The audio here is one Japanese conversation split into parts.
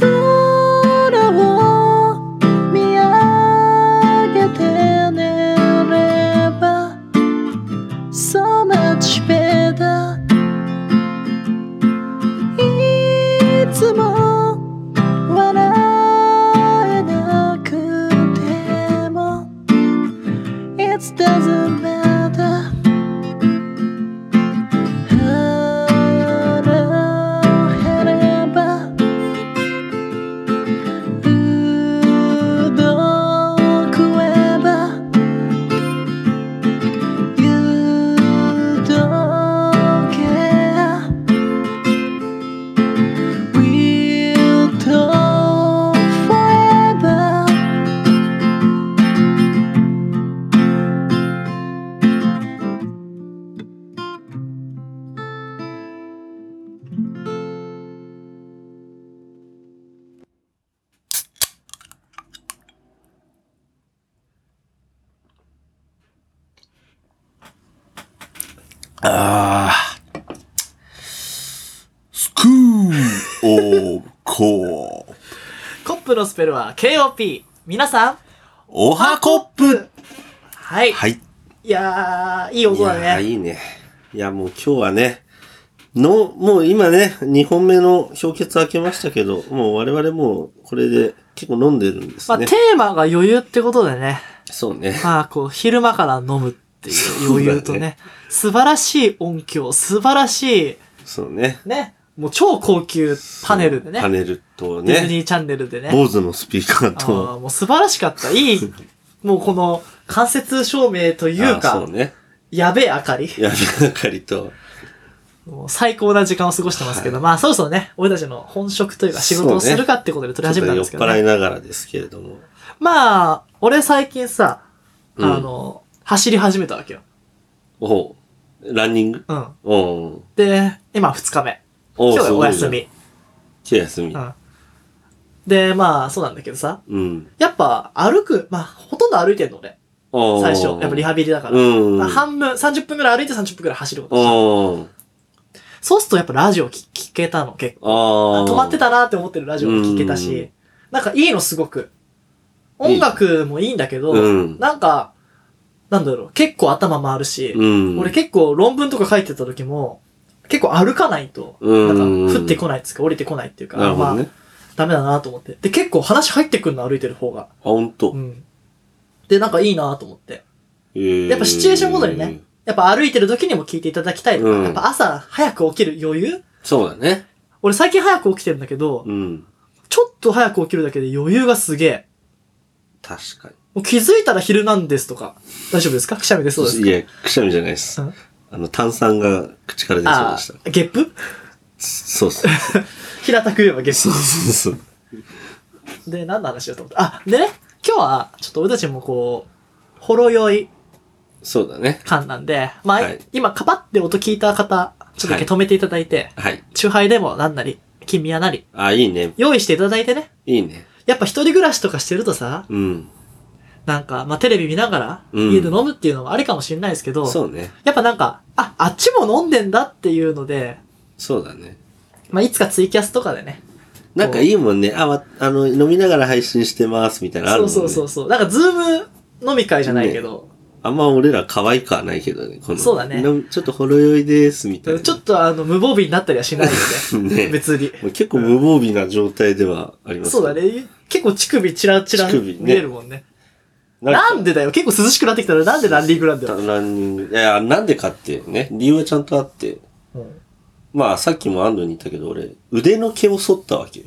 空を見上げて寝れば So much better いつも笑えなくても It doesn't matter 腹減ればうどん食えば誘導ケア We'll talk forever あスクーオーコーコップのスペルは KOP。皆さん、おはコップはい。はい。いやー、いい音だいやーね。いいね。いや、もう今日はね、の、もう今ね、2本目の氷結開けましたけど、もう我々もうこれで結構飲んでるんですまあ、ね。テーマが余裕ってことでね。そうね。まあ、こう、昼間から飲むっていう余裕とそうだね。素晴らしい音響、素晴らしそうね。い、ね。もう超高級パネルでね。パネルとディズニね、ーチャンネルでね。坊主のスピーカーあと、ーもう素晴らしかった。い い、もうこの、間接照明というあかそう、ね。やべえ明かり。や めがかりと、もう最高な時間を過ごしてますけど、まあそろそろね、俺たちの本職というか仕事をするかってことで取りちょっ始めたとん酔でっすけど、ね払いながらですけれども。まあ、俺最近さ、あうんの、走り始めたわけよ。おうランニングうん。おうで、今2日目。おう今日すはごおいね休み。今日休みう。ん。で、まあそうなんだけどさ、うん。やっぱ歩く、まあほとんど歩いてんの俺。おう最初。やっぱリハビリだから。うんまあ半分、30分くらい歩いて30分くらい走ることにした。おうそうするとやっぱラジオ聞聞けたの結構あああ。止まってたなって思ってるラジオも聞けたうしん、なんかいいのすごく。音楽もいいんだけど、うんなんか、なんだろう、結構頭回るし、うん。俺結構論文とか書いてた時も、結構歩かないと、うなんんか降ってこないっつうか、降りてこないっていうか、なるほどまね。あ、ダメだなと思って。で、結構話入ってくるの歩いてる方が。あ、ほんとう。ん。で、なんかいいなと思って。ややっぱシチュエーションごとにね。やっぱ歩いてる時にも聞いていただきたいとか、うんやっぱ朝早く起きる余裕そうだね。俺最近早く起きてるんだけど、うん。ちょっと早く起きるだけで余裕がすげえ。確かに。もう気づいたら昼なんですとか。大丈夫ですかくしゃみでそうですかいや、くしゃみじゃないですうん。あの、炭酸が口から出そうあでしーた。ゲップそうそう。平たく言えばゲッそう そうそう。プ。で、何の話をと思ったあ、でね、今日は、ちょっと俺たちもこう、ほろ酔いそうだね。感なんで、まあ、はい今カパって音聞いた方、ちょっとだけ止めていただいて、はい。チューハイでもなんなり、金宮なり、あ、いいね。用意していただいてね。いいね。やっぱ一人暮らしとかしてるとさ、うん。なんか、まあテレビ見ながら、うん家で飲むっていうのもありかもしれないですけど、そうね。やっぱなんか、あ、あっちも飲んでんだっていうので、そうだね。まあ、いつかツイキャスとかでね。なんかいいもんね。あ、わあの、飲みながら配信してますみたいなのあるそもうんね。そうそうそう。なんか、ズーム飲み会じゃないけど、あんま俺ら可愛くはないけどね。このそうだね飲みちょっとほろ酔いですみたいな。ちょっとあの、無防備になったりはしないので、 ね別に。もう結構無防備な状態ではあります、そうだ。ね。結構乳首チラチラ乳首ね見えるもんね。かなんでだよ。結構涼しくなってきたらなんでランディングなんだよ。ランニング。いや、なんでかっていうね。理由はちゃんとあって。うんまあ、さっきも安藤に言ったけど、俺、腕の毛を剃ったわけよ。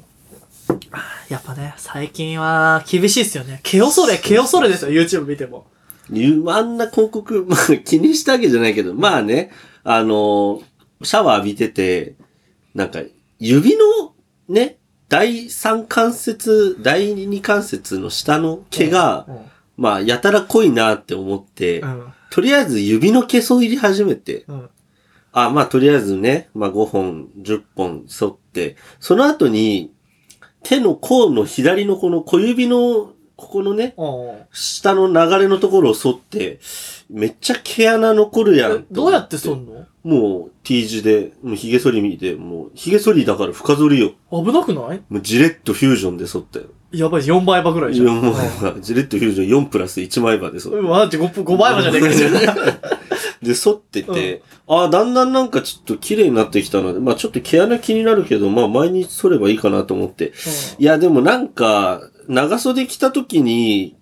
やっぱね、最近は厳しいっすよね。毛恐れ、毛恐れですよ、YouTube 見ても。言うあんな広告、 まあ、気にしたわけじゃないけど、まあね、あのーシャワー浴びてて、なんか、指の、ね、第三関節、第二関節の下の毛が、うまあ、やたら濃いなって思って、ん。うん。とりあえず指の毛剃り始めて、うん。あ、まあとりあえずね、まあ5本、10本剃って、その後に手の甲の左のこの小指のここのね、うん下の流れのところを沿って、めっちゃ毛穴残るやんえ。どうやってそそんのもう T 字で、もう髭剃り見て、もう髭剃りだから深剃りよ。危なくないもうジレットフュージョンで剃ったよ。やばい、4倍刃ぐらいじゃん。 4枚刃。ジレットフュージョン4プラス1枚刃で剃った。うん、待って、5, 5倍刃じゃねえ かよ。で、剃ってて、ああ、だんだんなんかちょっと綺麗になってきたので、まあちょっと毛穴気になるけど、まあ毎日剃ればいいかなと思って。いや、でもなんか、長袖着た時に、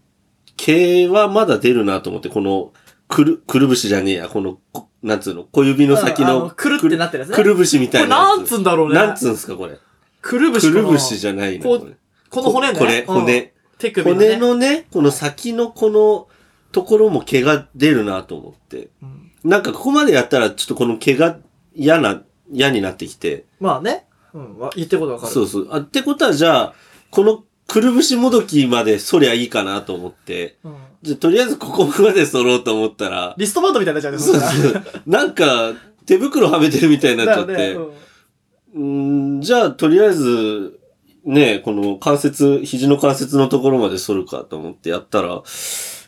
毛はまだ出るなと思って、この、くる、くるぶしじゃねえや、この、こなんつうの、小指の先うんあの、くるってなってるやつね。くるぶしみこたれいなやつ。なんつうんだろうね。なんつうんすか、これ。くるぶしくかなるぶしじゃないの。こうこれこの骨ね。これ、うん骨。手首のね。骨のね、この先のこの、ところも毛が出るなと思って。うんなんかここまでやったら、ちょっとこの毛が嫌な、嫌になってきて。まあね。うん、わ言ってることわかる。そうそう。あ、ってことはじゃあ、このくるぶしもどきまで剃りゃいいかなと思って。うんじゃあ、とりあえずここまで剃ろうと思ったら、リストバンドみたいになっちゃうね。そうそう。なんか、手袋はめてるみたいになそっしちたらゃっだて。よねうん、じゃあ、とりあえず、ね、この関節、肘の関節のところまで反るかと思ってやったら、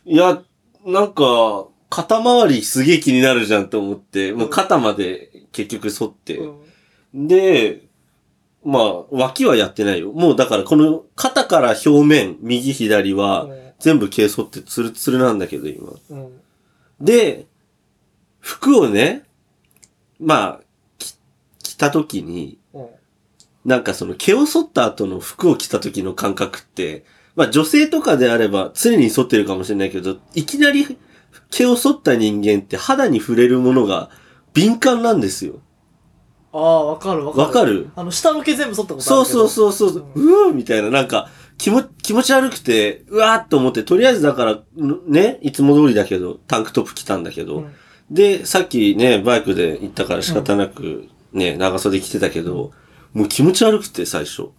いや、なんか、肩周りすげえ気になるじゃんと思って、もう肩まで結局反って。うんうんで、まあ、脇はやってないよ。もうだからこの肩から表面、右左は、全部毛剃ってツルツルなんだけど、今。うんうんで、服をね、まあ、き着た時に、うんなんかその毛を剃った後の服を着た時の感覚って、まあ女性とかであれば常に剃ってるかもしれないけど、いきなり毛を剃った人間って肌に触れるものが敏感なんですよ。ああ、わかるわかる。わかるあの、下の毛全部剃ったことあるけそど。うそうそうそう、ううわーみたいな、なんか、気も、気持ち悪くて、うわーっと思って、とりあえずだから、んね、いつも通りだけど、タンクトップ着たんだけど、うんで、さっきね、バイクで行ったから仕方なく、ね、長袖着てたけど、もう気持ち悪くて、最初。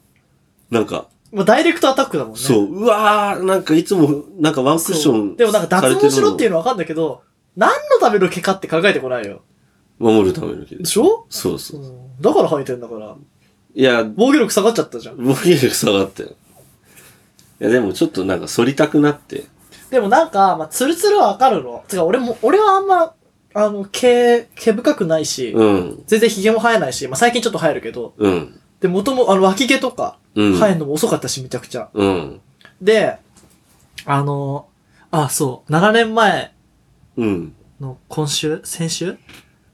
なんか、まあ、ダイレクトアタックだもんね。そう、うわー、なんかいつも、なんかワンクッションでもなんかされ脱てる毛のしろっていうのはわかんだけど、何のための毛かって考えてこないよ。守るための毛でで。しょそうそう。うんだから生えてんだから。いや、防御力下がっちゃったじゃん。防御力下がったよ。いや、でもちょっとなんか反りたくなって。でもなんか、まあ、ツルツルはわかるの。てか、俺も、俺はあんま、あの、毛、毛深くないし、うん、全然髭も生えないし、まあ、最近ちょっと生えるけど、うん、で、元も、あの、脇毛とか、うん。生えるのも遅かったし、めちゃくちゃ。うん。で、あの、あ、そう、7年前うん。の今週先週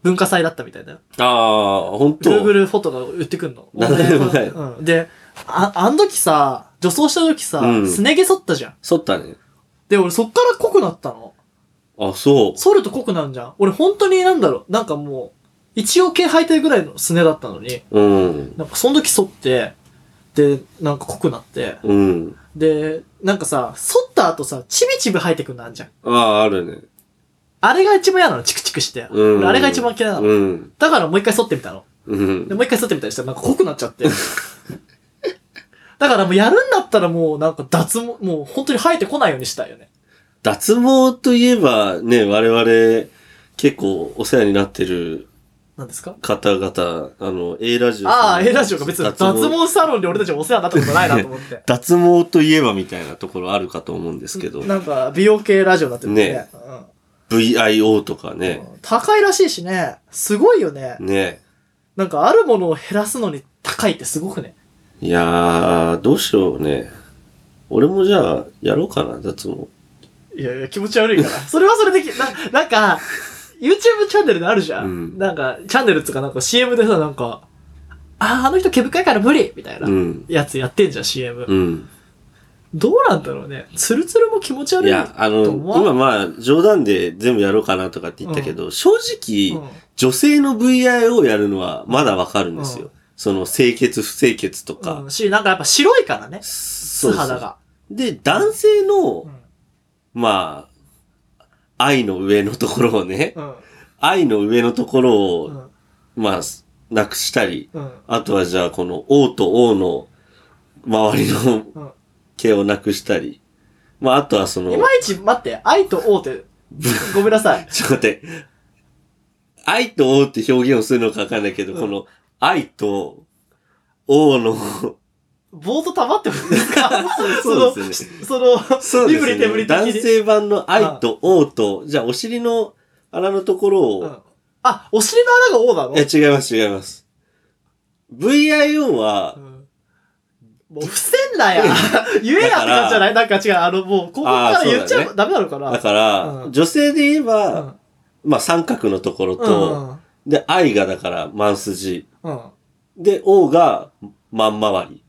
文化祭だったみたいだよ。ああ、本当 Google フォトが売ってくんの。 7年前うん。で、あ、あの時さ、女装した時さ、うんすね毛剃ったじゃん。剃ったね。で、俺そっから濃くなったの。あ、そ剃ると濃くなるじゃん。俺本当になんだろう、なんかもう、一応毛生えてるぐらいのすねだったのに、う。うん。なんかその時剃って、で、なんか濃くなって、うん。で、なんかさ、剃った後さ、チビチビ生えてくるのあんじゃん。ああ、あるね。ああれが一番嫌なの、チクチクして。うん俺あれが一番嫌いなの。うん。だからもう一回剃ってみたの。うんで、。もう一回剃ってみたりしたらなんか濃くなっちゃって。だからもうやるんだったらもうなんか脱毛、もう本当に生えてこないようにしたいよね。脱毛といえば、ね、我々、結構お世話になってるなんですか方々、あの、A ラジオさんの。ああ、ええラジオか別に脱毛サロンで俺たちもお世話になったことないなと思 って。脱毛といえばみたいなところあるかと思うんですけど、なんか美容系ラジオになってるね。ね VIO とかうんね、高いらしいしね。すごいよね。ね。なんかあるものを減らすのに高いってすごくね。いやー、どうしようね。俺もじゃあ、やろうかな、脱毛。いやいや、気持ち悪いから。それはそれでき、な、なんか、YouTube チャンネルであるじゃん。うんなんか、チャンネルっつうかなんか CM でさ、なんか、ああ、あの人毛深いから無理みたいなうん。やつやってんじゃん、CM。うん。どうなんだろうね。ツルツルも気持ち悪い。いや、あの、と思わん今まあ、冗談で全部やろうかなとかって言ったけど、正直、うん女性の VI をやるのはまだわかるんですよ。うんその、清潔、不清潔とか。うんし、なんかやっぱ白いからね。素素肌。が。で、男性の、うんまあ、愛の上のところをね、うん。愛の上のところを、うん。まあ、なくしたり、うん。あとはじゃあ、この、王と王の周りうのん毛をなくしたり、まあ、あとはその、いまいち、待って、愛と王 って、ごめんなさい。ちょっと待って。愛と王って表現をするのかわかんないけど、うん この愛と王のボート溜まってことですかそうですね。その、そう身で振り手す振ね。り的男に。性版の愛と王と、じゃあお尻の穴のところうを、んあ、お尻の穴が王なのいや違います違います。VIO はう、んもう伏せんなや言えやって感じじゃないなんか違う、あのもう、ここかあらーそうだね言っちゃダメなのかなだから、うん女性で言えうば、んまあ三角のところうと、んで、愛がだから、万筋。うん。で、王が、万回り。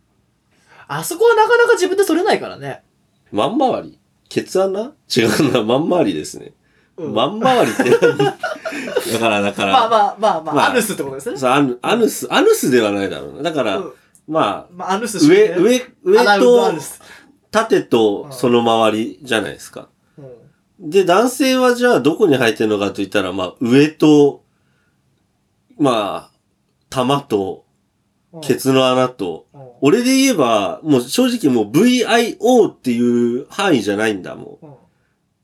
あそこはなかなか自分でそれないからね。万回りケツ穴違うな、万回りですね。うん万回りって 何だから、だから、まあまあまあままあ、あアヌスってことですね。そうアヌアヌス、アヌスではないだろうな。だから、うんまあ、まあ、アヌスしかね上、、上、上アナウンドアとヌス縦うとんその周りじゃないですか。うんで、男性はじゃあどこに入ってるのかと言ったら、まあ、上と、まあ、玉と、うんケツの穴と、うん俺で言えば、もう正直もう VIO っていう範囲じゃないんだ、も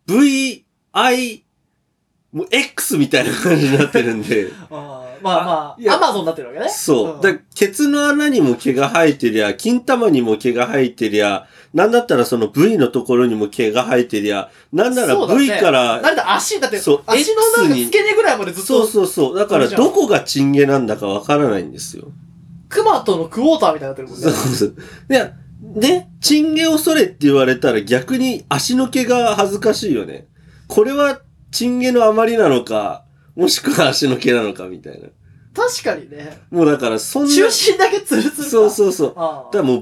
うんう。VI、もう X みたいな感じになってるん で。あーまあまいあ、やアマゾンになってるわけね。そう。んだからケツの穴にも毛が生えてりゃ、金玉にも毛が生えてりゃ、なんだったらその V のところにも毛が生えてりゃ、なんならそうだね V から、なんだ足、だって、足そのうなんか X に付け根ぐらいまでずっそうと、そうそう。だからどこがチンゲなんだかわからないんですよ。クマとのクォーターみたいになってるもんねそう。そう。いや、ね、チンゲをそれって言われたら逆に足の毛が恥ずかしいよね。これはチンゲの余りなのか、もしくは足の毛なのかみたいな。確かにね。もうだからそんな。中心だけツルツルか。そうそうそう。あだあ。からもう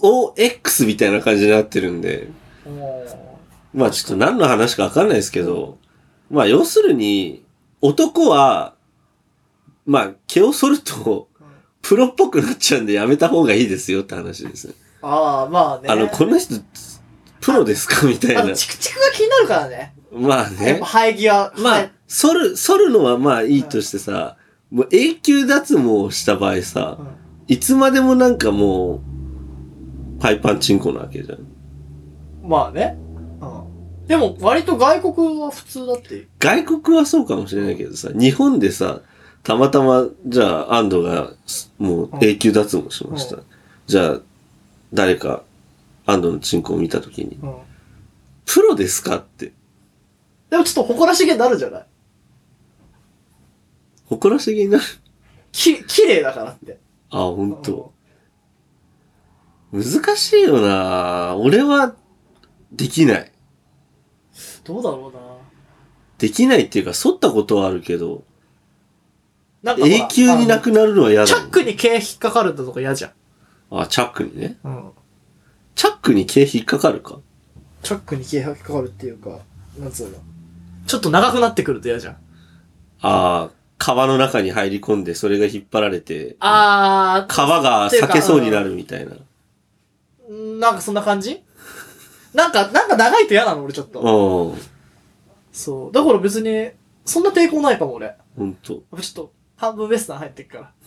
VIOX みたいな感じになってるんで、もまあちょっと何の話かわかんないですけど、まあ要するに、男は、まあ毛を剃るとうん、プロっぽくなっちゃうんでやめた方がいいですよって話ですね。うああ、まあね。あの、この人、プロですかみたいあなの、。チクチクが気になるからね。まあやっねぱ。生え際。ま生あえ、剃る、剃るのはまあいいとしてさ、もう永久脱毛をした場合さうん、いつまでもなんかもう、パイパンチンコなわけじゃん。まあね。うん。でも、割と外国は普通だって。外国はそうかもしれないけどさ、日本でさ、たまたま、じゃあ、安藤が、すもううん永久脱毛しました。うじゃあ、誰か、安藤のチンコを見たときに、うん。プロですかって、でもちょっと誇らしげになるじゃない誇らしげになる。き、綺麗だからって。あ、ほんと。難しいよな俺は、できない。どうだろうできないっていうか、剃ったことはあるけど、な。なんかほら永久になくなるのはあ嫌のだチもャん。ックに毛引っかかるのとか嫌じゃん。あ、チャックにね。うん。チャックに毛引っかかるか。チャックに毛引っかかるっていうか、なんつうの。ちょっと長くなってくると嫌じゃん。ああ、川の中に入り込んで、それが引っ張られて、あ川が裂けそうになるみたいな。ー、なんかそんな感じなんか、なんか長いと嫌なの俺ちょっうと。ん。そう。だから別に、そんな抵抗ないかも俺。ほんと。ちょっと、半分ウエスタン入ってっから。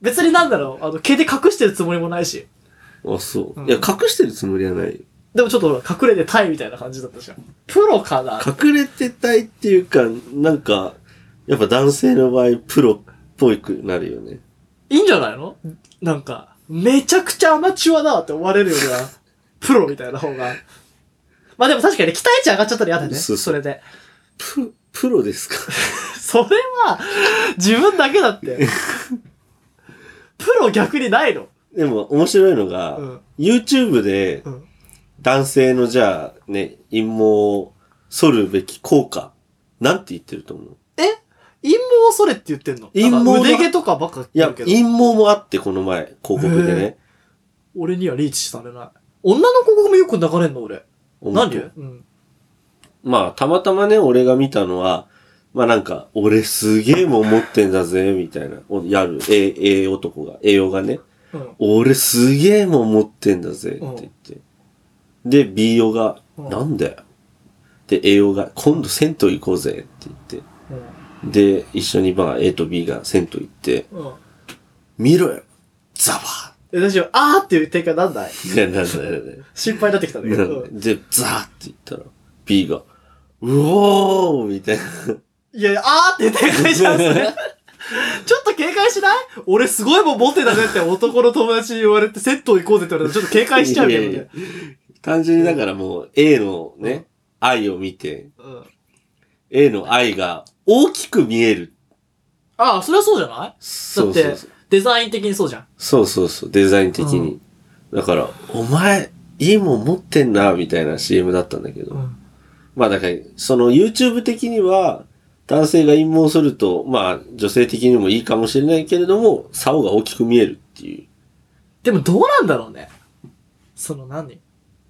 別になんだろう、あの、毛で隠してるつもりもないし。あ、そうう。んいや、隠してるつもりはないよ。でもちょっとほら、隠れてタイみたいな感じだったじゃん。プロかな隠れてたいっていうか、なんか、やっぱ男性の場合、プロっぽくなるよね。いいんじゃないのなんか、めちゃくちゃアマチュアだって思われるよりは、プロみたいな方が。まあでも確かに期待値上がっちゃったら嫌だね。そうそそうれで。プ、プロですか それは、自分だけだ って。プロ逆にないの。でも、面白いのが、うん YouTube でうん、男性のじゃあ、ね、陰謀を剃るべき効果、なんて言ってると思う陰謀をそれって言ってんの陰謀なんかだ腕毛とかばっかい言や、ってる陰けど。謀もあって、この前、広告でへね。俺にはリーチされない。女の広告もよく流れんの俺。ほなんんとでうん。まあ、たまたまね、俺が見たのは、まあなんか、俺すげえもん持ってんだぜ、みたいな。おやる、え、ええ男が、栄養がね、うん。俺すげえもん持ってんだぜ、って言って。で、B 用が、うんなんだよ。で、栄養が、今度銭湯行こうぜ、って言って。で、一緒にまあ、A と B が銭湯行って、うん。うん。見ろよザバえ、大丈夫。あーっていう展開なんだいーいや、なんだよね。心配になってきたんだけなど。んうでんで、ザーって言ったら、B が、うおーみたいな。 いやいや、あーっていう展開じゃん、それ。ちょっと警戒しない俺すごいもん持ってたねって男の友達に言われて、セット行こうぜって言われたらちょっと警戒しちゃうけどいやねい。単純にだからもう A のね、愛を見て、うん。 A の愛が大きく見える。ああ、それはそうじゃないだそっうそうてそう。、デザイン的にそうじゃん。そうそうそう、デザイン的に。だから、お前、いいもん持ってんな、みたいな CM だったんだけど。うん。まあだから、その YouTube 的には、男性が陰謀すると、まあ女性的にもいいかもしれないけれども、竿が大きく見えるっていう。でもどうなんだろうね。その何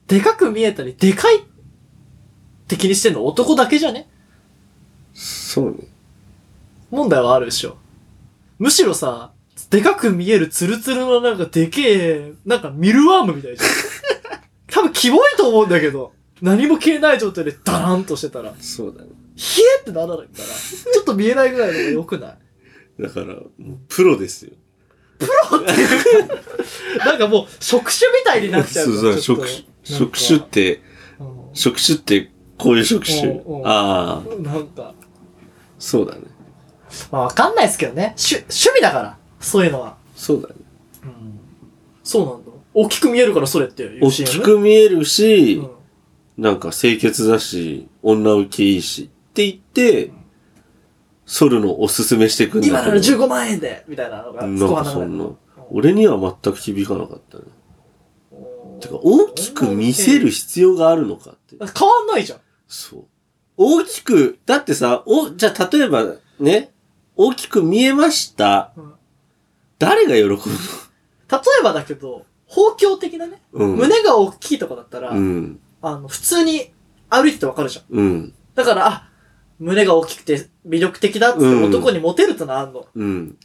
でかく見えたり、でかいって気にしてんの男だけじゃねそうね。問題はあるでしょ。むしろさ、でかく見えるツルツルのなんかでけえ、なんかミルワームみたいじゃん。 多分キモいと思うんだけど、何も消えない状態でダランとしてたら、冷そうだね。えってならないから、ちょっと見えないぐらいの方が良くないだから、もうプロですよ。なんかもう、触手みたいになっちゃうから。そうちょっと職種、職種っ。て、職種ってこういう職種うんう。んなああ、んかうんなんか、そうだね。まあわかんないですけどね。趣、趣味だから、そういうのは。そうだね。うんそうなんだ。大きく見えるからそれっていう大 CM。きく見えるし、うんなんか清潔だし、女受けいいしって言って、ソルのおすすめしてくんだけど。今なら15万円でみたいなのが、なんかそんな。俺には全く響かなかったね。てか、大きく見せる必要があるのかって。変わんないじゃん。そう。大きく、だってさ、お、じゃあ例えばね、大きく見えました。うん誰が喜ぶの例えばだけど、包協的なね、うん。胸が大きいとかだったら、うん。あの、普通に歩いててわかるじゃん。うん。だから、あ、胸が大きくて魅力的だっつってうん男にモテるってのはあんの。うん。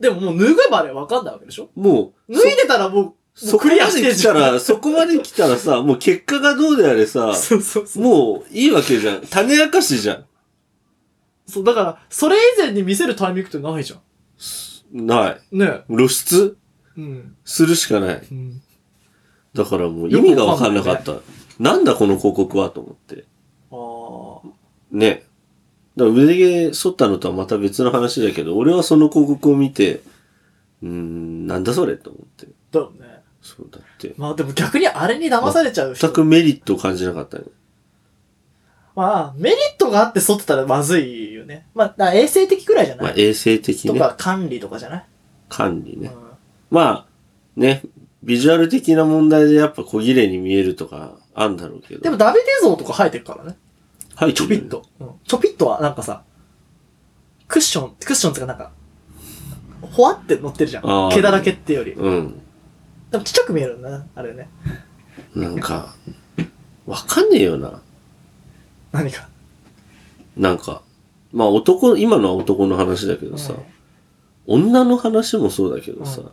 でももう脱げばあれわかんないわけでしょもう、脱いでたらもう、もそうクリアしてんそじこゃまで来たん。ら、そこまで来たらさ、もう結果がどうであれさ、そうそうそう。もういいわけじゃん。種明かしじゃん。そう、だから、それ以前に見せるタイミングってないじゃん。ない。ね露出うん。するしかない。うん。だからもう意味がわかんなかった。なんだこの広告はと思って。ああ。ね。だから腕毛剃ったのとはまた別の話だけど、俺はその広告を見て、うーん、なんだそれと思って。だよね。そうだって。まあでも逆にあれに騙されちゃう人全くメリットを感じなかったね。まあ、メリットがあって沿ってたらまずいよね。まあ、だから衛生的くらいじゃまなあい、衛生的とね。か管理とかじゃない、管理うんね。まあ、ね。ビジュアル的な問題でやっぱ小切れに見えるとかあんだろうけど。でも、ダビデ像とか生えてるからね。はい、ちょぴっ。と。うんちょぴっとはなんかさ、クッション、クッションっていうかなんか、ほわって乗ってるじゃんあ。ー毛だらけっていうより。うん。でもちっちゃく見えるんだな、あれね。なんか、わかんねえよな。何か。なんか、まあ男、今のは男の話だけどさ、女の話もそうだけどさ、うん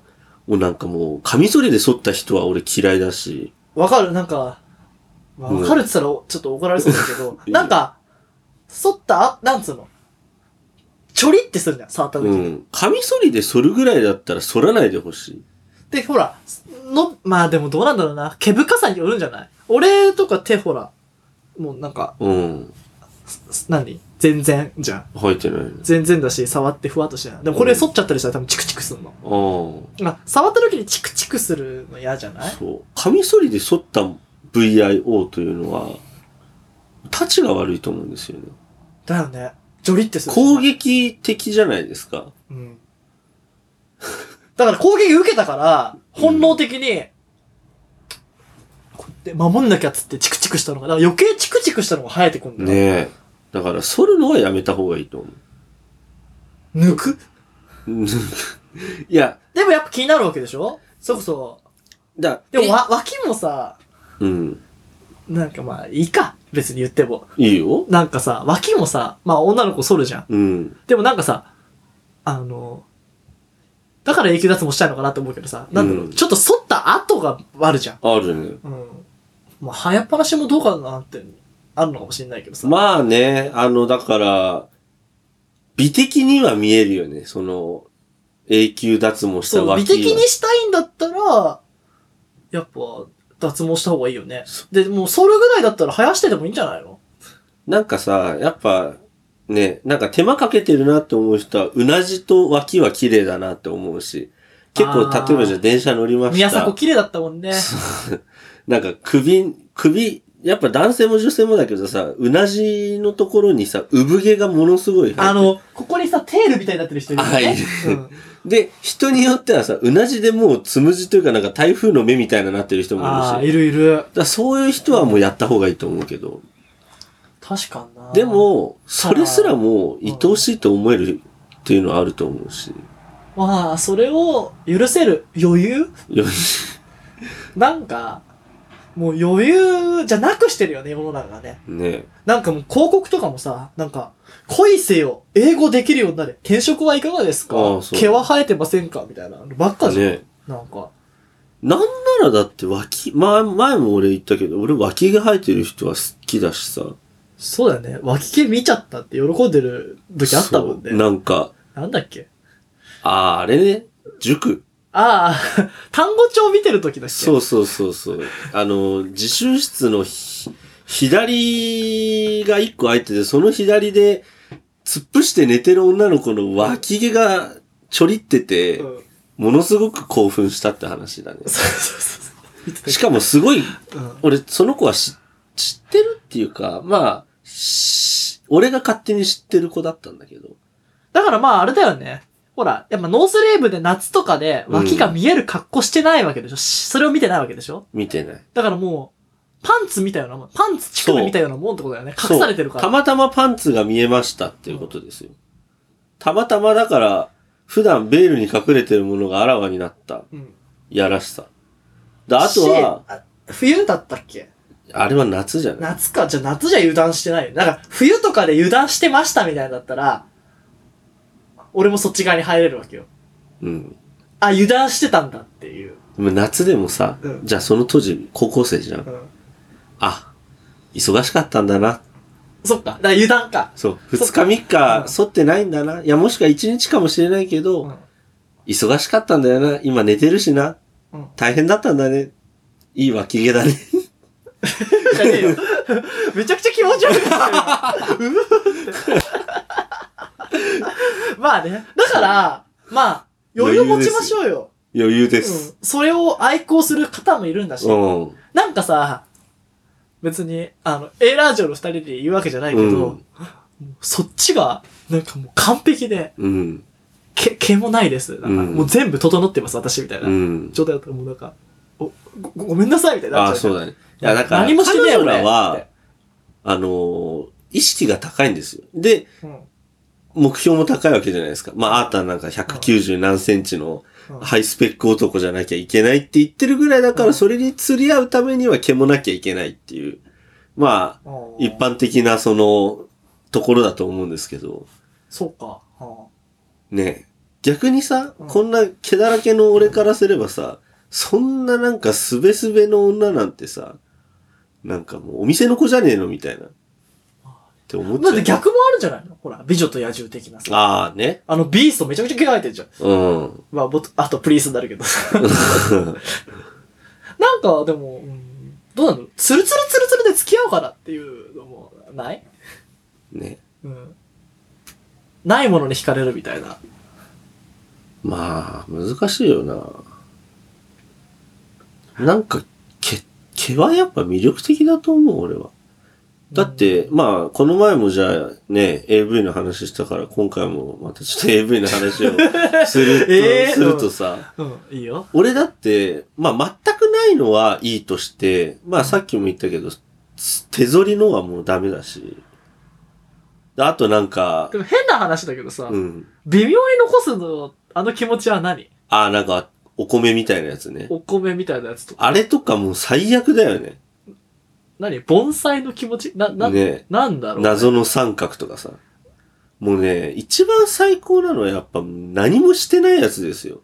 もうなんかもう、カミソリで剃った人は俺嫌いだし、わかるなんか、まあうんわかるって言ったらおちょっと怒られそうだけど 、いいよなんか、剃った、あなんつうの。ちょりってするじゃん、触った時うに。ん。カミソリで剃るぐらいだったら剃らないでほしい。で、ほら、の、まあでもどうなんだろうな。毛深さによるんじゃない俺とか手ほら、もうなんか、うん。す何全然じゃん。生えてないね。全然だし、触ってふわっとしてない。でもこれ剃っちゃったりしたら多分チクチクすんの。ああ。そ。あ、触った時にチクチクするの嫌じゃないうカミソリで剃った VIO というのは、立ちが悪いと思うんですよね。だよね。ジョリってするし。攻撃的じゃないですか。うん。だから攻撃受けたから、本能的に、こうやって守んなきゃっつってチクチクしたのが、だから余計チクチクしたのが生えてくんだよ。ねえ。だから剃るのはやめた方がいいと思う。抜く うんいや、でもやっぱ気になるわけでしょそれこそ。だ、でもわ、脇もさ、うん。なんかまあ、いいか。別に言っても。いいよ。なんかさ、脇もさ、まあ女の子剃るじゃん。うん。でもなんかさ、あの、だから永久脱毛したいのかなと思うけどさ、なんだろう、うんちょっと剃った後があるじゃん。あるね。うん。まあ、生えっぱなしもどうかなって、あるのかもしれないけどさ。まあね、あの、だから、美的には見えるよね。その、永久脱毛したそう、脇美は。的にしたいんだったら、やっぱ、脱毛した方がいいよね。で、もう、剃るぐらいだったら生やしてでもいいんじゃないのなんかさ、やっぱ、ね、なんか手間かけてるなって思う人は、うなじと脇は綺麗だなって思うし、結構、あー例えばじゃあ電車乗りました。宮迫綺麗だったもんね。なんか首、首、やっぱ男性も女性もだけどさ、うなじのところにさ、産毛がものすごい入ってるあの、ここにさ、テールみたいになってる人いるよね。あいる うんで、人によってはさ、うなじでもうつむじというかなんか台風の目みたいななってる人もいるし。あだあ、かいるいる。らそういう人はもうやった方がいいと思うけど。確かにな。で、も、それすらもう愛おしいと思えるっていうのはあると思うし。まあ、それを許せる余裕よなんか、もう余裕じゃなくしてるよね、世の中がね。ねなんかもう広告とかもさ、なんか、恋せよ、英語できるようになれ、転職はいかがですかああそう毛は生えてませんかみたいなのばっかじゃん。ねなんか、なんならだって脇、まあ、前も俺言ったけど、俺脇毛生えてる人は好きだしさ。そうだよね。脇毛見ちゃったって喜んでる時あったもんそうね。なんか、なんだっけあーあれね、塾。あ あ、単語帳見てる時だっけそうそうそうそう。あの、自習室のひ左が一個空いてて、その左で突っ伏して寝てる女の子の脇毛がちょりってて、うん。ものすごく興奮したって話だねそう。そうそう。見てたしかもすごうい、ん。俺、その子は知知ってるっていうか、まあ、し俺が勝手に知ってる子だったんだけど。だからまああれだよね。ほら、やっぱノースレーブで夏とかで脇が見える格好してないわけでしょ、しそれを見てないわけでしょ見てない。だからもう、パンツみたいなもん、パンツ乳首みたいなもんってことだよね。隠されてるかそら。うたまたまパンツが見えましたっていうことですよ。たまたまだから、普段ベールに隠れてるものがあらわになった。うん。やらしさ。で、あとは、し、あ冬だったっけあれは夏じゃない夏か、じゃあ夏じゃ油断してないよ。なんか、冬とかで油断してましたみたいなんだったら、俺もそっち側に入れるわけよ。うん。あ、油断してたんだっていう。でも夏でもさ、うんじゃあその当時高校生じゃ。うんん。あ、忙しかったんだな。そっか。だから油断か。そう。そっ二か日三日うん剃ってないんだな。いや、もしくは一日かもしれないけど、うん忙しかったんだよな。今寝てるしな。うん大変だったんだね。いい脇毛だね。 じゃねえよ。 めちゃくちゃ気持ち悪いですよ。うーって まあね。だから、まあ、余裕を持ちましょうよ。余裕でうん。。それを愛好する方もいるんだし。うん。なんかさ、別に、あの、A ラジオの二人で言うわけじゃないけど、うんもうそっちが、なんかもう完璧で、うん。毛、毛もないです。なんかうんもう全部整ってます、私みたいな。うん。状態だったらもうなんか、お、ご、ごめんなさいみたいになあっあ、ちゃ。そううだね。いや、だから、何もしてねえ彼よ女ら俺っはて、あのー意識が高いんですよ。で、うん目標も高いわけじゃないですか。まあ、あーたんなんか190何センチのうんハイスペック男じゃなきゃいけないって言ってるぐらいだかうんら、それに釣り合うためには毛もなきゃいけないっていう、まあ、一。うん般的なその、ところだと思うんですけど、そうか。うんね逆にさ、うんこんな毛だらけの俺からすればさ、そんななんかすべすべの女なんてさ、なんかもうお店の子じゃねえのみたいな。って思っちだゃっう。て逆もあるんじゃないのほら、美女と野獣的なさ。ああね。あの、ビーストめちゃくちゃ毛生えてるじゃん。うん。まあ、ボトあとプリースになるけど さ。なんか、でも、うんどうなのツルツルツルツルで付き合うからっていうのもないね。うん。ないものに惹かれるみたいな。まあ、難しいよな。なんか、毛、毛はやっぱ魅力的だと思う、俺は。だって、まあ、この前もじゃあね、AV の話したから、今回もまたちょ っと AV の話をすると、えーするとさ、うん、いいよ。俺だって、まあ、全くないのはいいとして、まあ、さっきも言ったけど、手剃りのはもうダメだし。であとなんかで、も変な話だけどさ、うん。微妙に残すの、あの気持ちは何あ、なんか、お米みたいなやつね。お米みたいなやつと。あれとかもう最悪だよね。何盆栽の気持ちな、な、ねなんだろう、謎の三角とかさ。もうね、一番最高なのはやっぱ何もしてないやつですよ。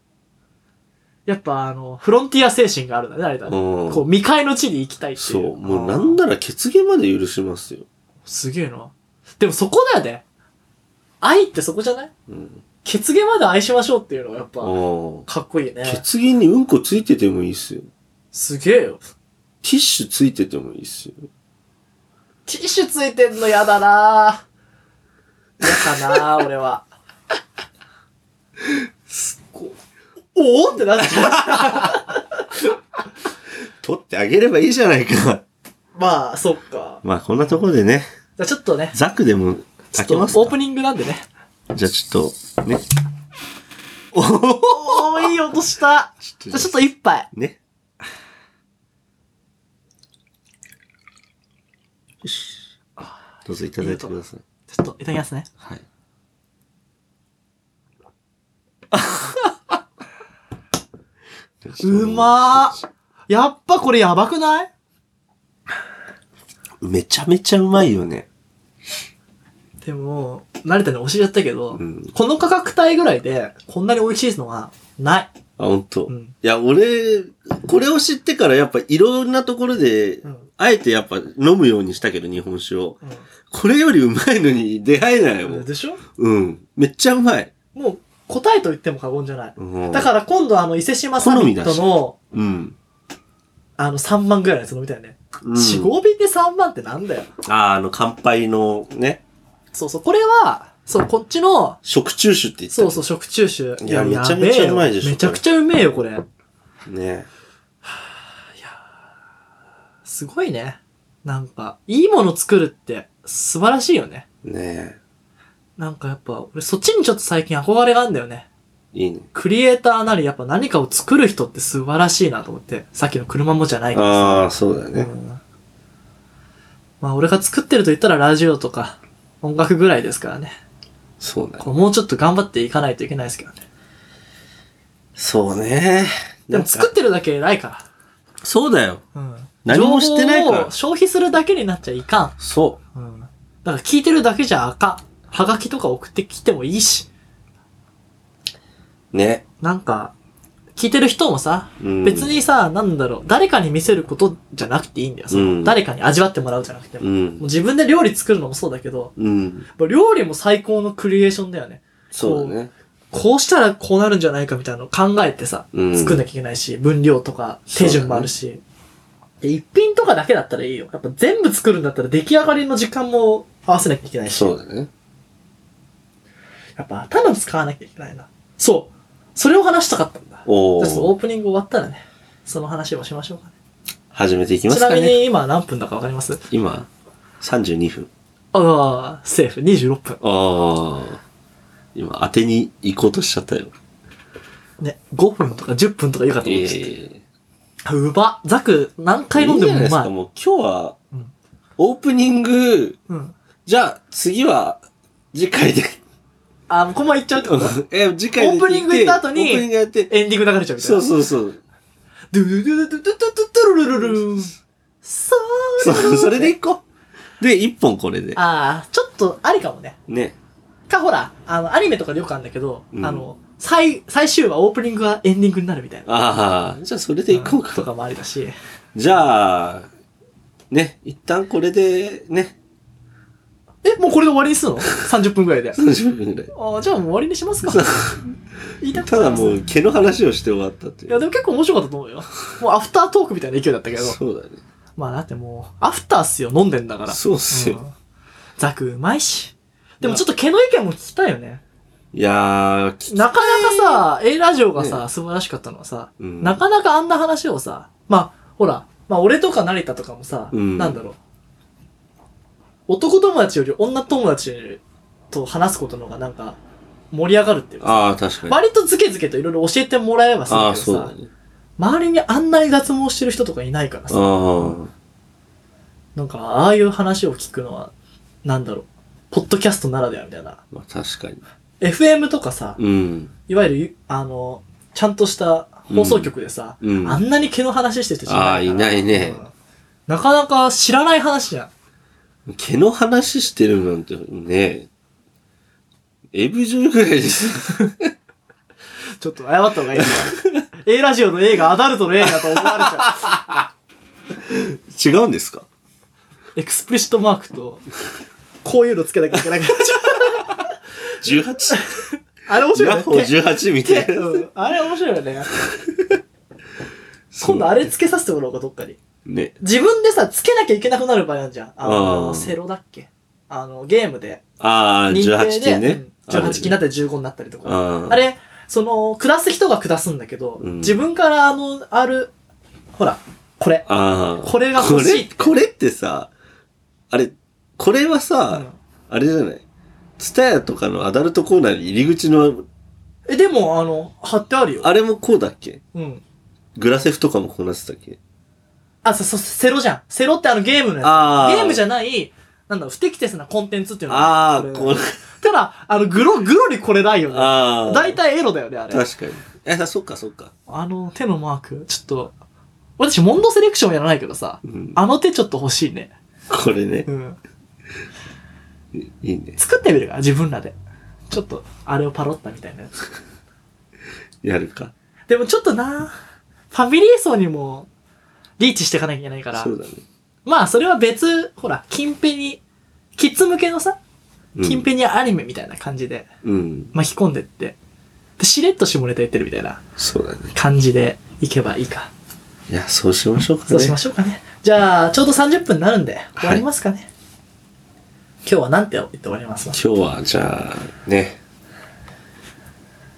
やっぱあの、フロンティア精神があるんだね、あれだうね。ん。こう、未開の地に行きたいっていう。そう。もうなんなら血毛まで許しますよ。すげえな。でもそこだよね。愛ってそこじゃないうん。血毛まで愛しましょうっていうのがやっぱ、うん。かっこいいね。血毛にうんこついててもいいっすよ。すげえよ。ティッシュついててもいいっすよ。ティッシュついてんのやだな嫌かな 俺は。こおおってなっちゃう。う取ってあげればいいじゃないか。 まあ、そっか。まあ、こんなところでね、じゃあちょっとね、ザクでもちょ開っけとオますかープニングなんでね。じゃあちょっと、ね。おおおいい音 した。ちじゃあちょっと一杯。ね。どうぞいただいてください。ちょっといただきますね。はい。 うまーやっぱこれやばくないめちゃめちゃうまいよね。でも、慣れたの教えちゃったけど、うんこの価格帯ぐらいで、こんなに美味しいのは、ない。あ、ほんと。うんいや、俺、これを知ってからやっぱいろんなところで、うんあえてやっぱ飲むようにしたけど、日本酒を。うこれよりうまいのに出会えないもん、ん。でしょうん。めっちゃうまい。もう、答えと言っても過言じゃない。うん、だから今度あの、伊勢島サミットの、うん。あの、3万ぐらいのやつ飲みたいね。うん。 4、5瓶で3万ってなんだよ。あー、あの、乾杯のね、そうそう、これは、そう、こっちの、食中酒って言ってたそうそう、食中酒。いやめちゃめちゃうまいでしょめちゃくちゃうめえよ、これ。ね。すごいね。なんか、いいもの作るって、素晴らしいよね。ねなんかやっぱ、俺そっちにちょっと最近憧れがあるんだよね。いいね。クリエイターなりやっぱ何かを作る人って素晴らしいなと思って。さっきの車もじゃないけどさ。ああ、そうだよねう。んまあ俺が作ってると言ったらラジオとか音楽ぐらいですからね。そうだね。こうもうちょっと頑張っていかないといけないですけどね。そうね。でもなん作かってるだけ偉いかそうだよ。ら。うん。何もしてないから情報を消費するだけになっちゃいかそん。うん。だから聞いてるだけじゃあかん。はがきとか送ってきてもいいし。う。ね。なんか、聞いてる人もさ、うん別にさ、なんだろう、誰かに見せることじゃなくていいんだよ。そのうん誰かに味わってもらうじゃなくても。う。もうん自分で料理作るのもそうだけど、うん。やっぱ料理も最高のクリエーションだよね。そうだね。こうしたらこうなるんじゃないかみたいなのを考えてさ、うん作んなきゃいけないし、分量とか手順もあるし。で一品とかだけだったらいいよ。やっぱ全部作るんだったら出来上がりの時間も合わせなきゃいけないし。そうだね。やっぱ頭使わなきゃいけないな。そう。それを話したかったんだ。おじゃあちょっとお。オープニング終わったらね、その話をしましょうかね。始めていきまちすかなみね。に今何分だかわかります今、32分。ああ、セーフ、26分。ああ。今、当てに行こうとしちゃったよ。ね、5分とか10分とか言うかと思ってたえあうば、ザク、何え。回飲んでもいいじゃなういすまかい。もう今日はうん、オープニング、うん。じゃあ次は、次回で。 あ、もうこのままいっちゃうってことえ、次回でって言って。オープニング行った後にオープニングやって。エンディング流れちゃうみたいな。そうそうそう。ドゥドゥドゥドゥドゥドゥドゥルルルルン。そそーそれで行こう。で、一本これで。ああ、ちょっとありかもね。ね。か、ほら、あの、アニメとかでよくあるんだけど、うんあの、最、最終話オープニングがエンディングになるみたいな。ああ、じゃあそれで行こうとか。かもありだし。じゃあ、ね、一旦これで、ね、え、もうこれで終わりにするの ?30 分くらいで。 30分ぐらい。ああ、じゃあもう終わりにしますか。言いたくただもう。う毛の話をして終わったっていいや、う。でも結構面白かったと思 うよ。もうアフタートークみたいな勢いだったけど。そうだね。まあだってもう、アフターっすよ、飲んでんだから。そうっすうよ。んザクうまいし。でもちょっと毛の意見も聞きたいよね。いやー、きなかなかさ、A ラジオがさ、ね素晴らしかったのはさ、うんなかなかあんな話をさ、まあ、ほら、まあ俺とか成田とかもさ、うんなんだろう。男友達より女友達と話すことの方がなんか、盛り上がるっていうかさああ、確かに。割とズケズケといろいろ教えてもらえばするああ、けそうどださ、ね。周りにあんなに脱毛してる人とかいないからさ、あなんかああいう話を聞くのは、なんだろう、ポッドキャストならではみたいな。あ、まあ確かに。 FM とかさ、うん。いわゆるゆ、あの、ちゃんとした放送局でさ、うんあんなに毛の話してる人じゃああ、いないね。なかなか知らない話じゃん。毛の話してるなんてね、エブジュぐらいです。 ちょっと謝った方がいいな。A ラジオの A がアダルトの A だと思われちゃう。違うんですかエクスプリシットマークと、こういうのつけなきゃいけなくなっちゃう。 ?18? あれ面白いヤッホーよね。 18みた手い手な。うんあれ面白いよね。今度あれつけさせてもらおうか、どっかに。ね。自分でさ、つけなきゃいけなくなる場合あるじゃん。あの、うんセロだっけあの、ゲームで、ああ、認定で、18金ね。うん18金になっったり15になったりとうか。ん。あれ、その、下す人が下すんだけど、うん自分からあの、ある、ほら、これ。ああ。これが欲しいこれ、これってさ、あれ、これはうさん、あれじゃないツタヤとかのアダルトコーナーに入り口の、え、でも、あの、貼ってあるよ。あれもこうだっけうん。グラセフとかもこうなってたっけあ、そ、そ、セロじゃん。セロってあのゲームのやあつ。ーゲームじゃない、なんだろう、不適切なコンテンツっていうのがああ、こうれただ、あの、グロ、グロにこれないよね。ああ。大体エロだよね、あれ。確かに。え、あそっかそっか。あの、手のマーク、ちょっと、私、モンドセレクションやらないけどさう、ん、あの手ちょっと欲しいね。これねう。ん。いいね。作ってみるから、自分らで。ちょっと、あれをパロったみたいなやつ。やるか。でもちょっとな、ファミリー層にも、リーチしていかなきゃいけないからそ。うだね。まあ、それは別、ほら、近辺に、キッズ向けのさ、うん近辺にアニメみたいな感じでうん。巻き込んでって、でしれっと下ネタ言ってるみたいなそうだね。感じでいけばいいか。いや、そうしましょうかね。そうしましょうかね。じゃあ、ちょうど30分になるんで、終わりますかね。今日は何て言って終わりますか今日は、じゃあ、ね。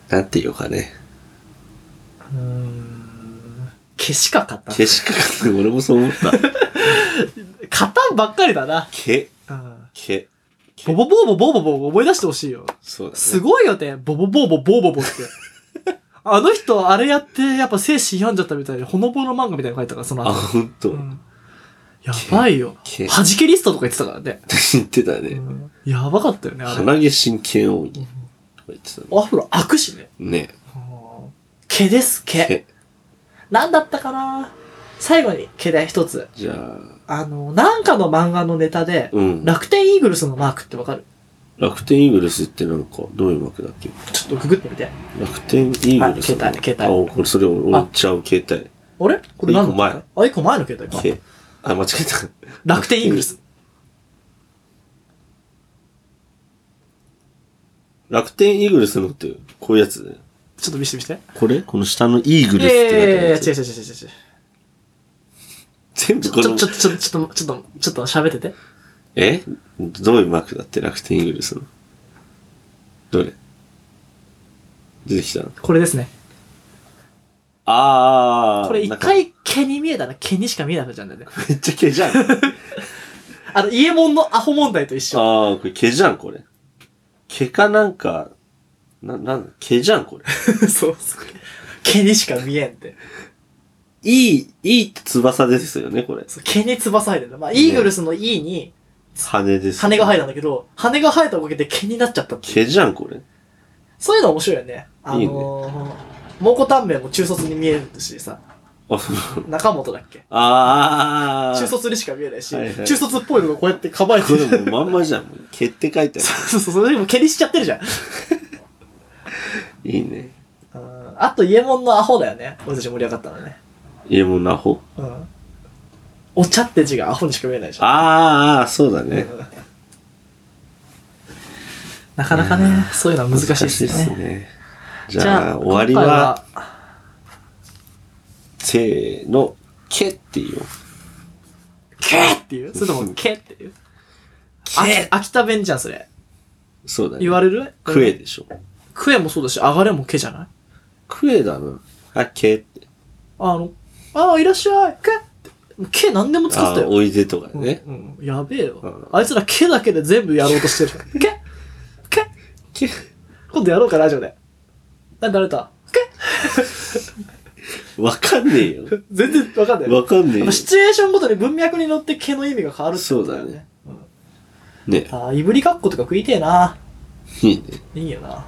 なんていうかね。うーん。消しかかった。消しかかった。俺もそう思 った。型ばっかりだな。け、うん。け。ボボボーボボーボーボボ思い出してほしいよ。そうだね。すごいよね。ボボボーボボーボボって。あの人、あれやって、やっぱ精神病んじゃったみたいで、ほのぼの漫画みたいなの書いてたから、そのあ、後。ほんとう。んやばいよ。け弾けリストとか言ってたからね。言ってたうね。んやばかったよね、あれ。鼻毛神経王に。とか言ってたね。アフロ開くしね。ね。うん毛です、毛。け。なんだったかな最後に、毛で一つ。じゃあ、あの、なんかの漫画のネタで、うん。楽天イーグルスのマークってわかる楽天イーグルスってなんか、どういう幕だっけちょっとググってみて。楽天イーグルスの。あ携帯携帯あ、これそれ俺、あ俺ちゃう、携帯。あれこれ何の一個前あ、一個前の携帯か。け。あ、間違えた。楽天イーグルス。楽天イーグルスのって、こういうやつだよちょっと見して見して。これこの下のイーグルスって書いてあるえやえ、つ違う違う違う違う違う。全ち部ょ、こちょ、のちょ、、ちょ、ちょっと、ちょっと、ちょっと喋ってて。えどういうマークだって楽天イーグルスの。どれ出てきたのこれですね。あー。これ一なんか回毛に見えたら毛にしか見えなくなっちゃうんだよね。めっちゃ 毛じゃん。ああの、家門のアホ問題と一緒。ー、これ毛じゃん、これ。毛かなんか、な、なん、毛じゃん、これ。そうそう。毛にしか見えんって。いい、いいって翼ですよね、これ。そう毛に翼入るんだ。まあ、イーグルスの E に羽です。羽が生えたんだけど、羽が生えたおかげで毛になっちゃったっていう。毛じゃん、これ。そういうの面白いよね。あのー、いいね蒙古タンメンも中卒に見えるしさ、あ、そうなの中本だっけあー。中卒にしか見えないし、はいはい中卒っぽいのがこうやって構えてこる。れもうまんまじゃん。もう毛って書いてあ そうそう、それでも毛にしちゃってるじゃん。る。いいね。うんあと、家門のアホだよね。俺たち盛り上がったのね。家もなほ。うん。お茶って字がアホにしか見えないじゃん。あーあー、そうだね。うんなかなかね、そういうのは難しいですよね。ね。じゃあ、終わり今回は、せーの、けっていうよ。ケーっていうそれとも、ケーっていうあき秋田弁じゃん、それ。そうだね。言われるクエ。でしょ。クエもそうだし、あがれもケじゃないクエだな。あ、けって。あの、ああ、いらっしゃい、ケって。ケ何でも使っあてた、よ。おいでとかね。うん、うんやべえうよん。あいつらケだけで全部やろうとしてる。ケケけ、今度やろうか、ラジオで。な、誰だケわかんねえよ。全然わかんない。わかんねえやっよぱ。シチュエーションごとに文脈に乗って毛の意味が変わるってことだよそうだね。うんね。ああ、いぶりかっことか食いてえな。いいね。いいよな。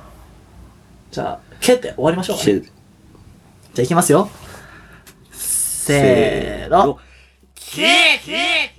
じゃあ、毛って終わりましょうかね、け、じゃあ、いきますよ。せーの。け、け、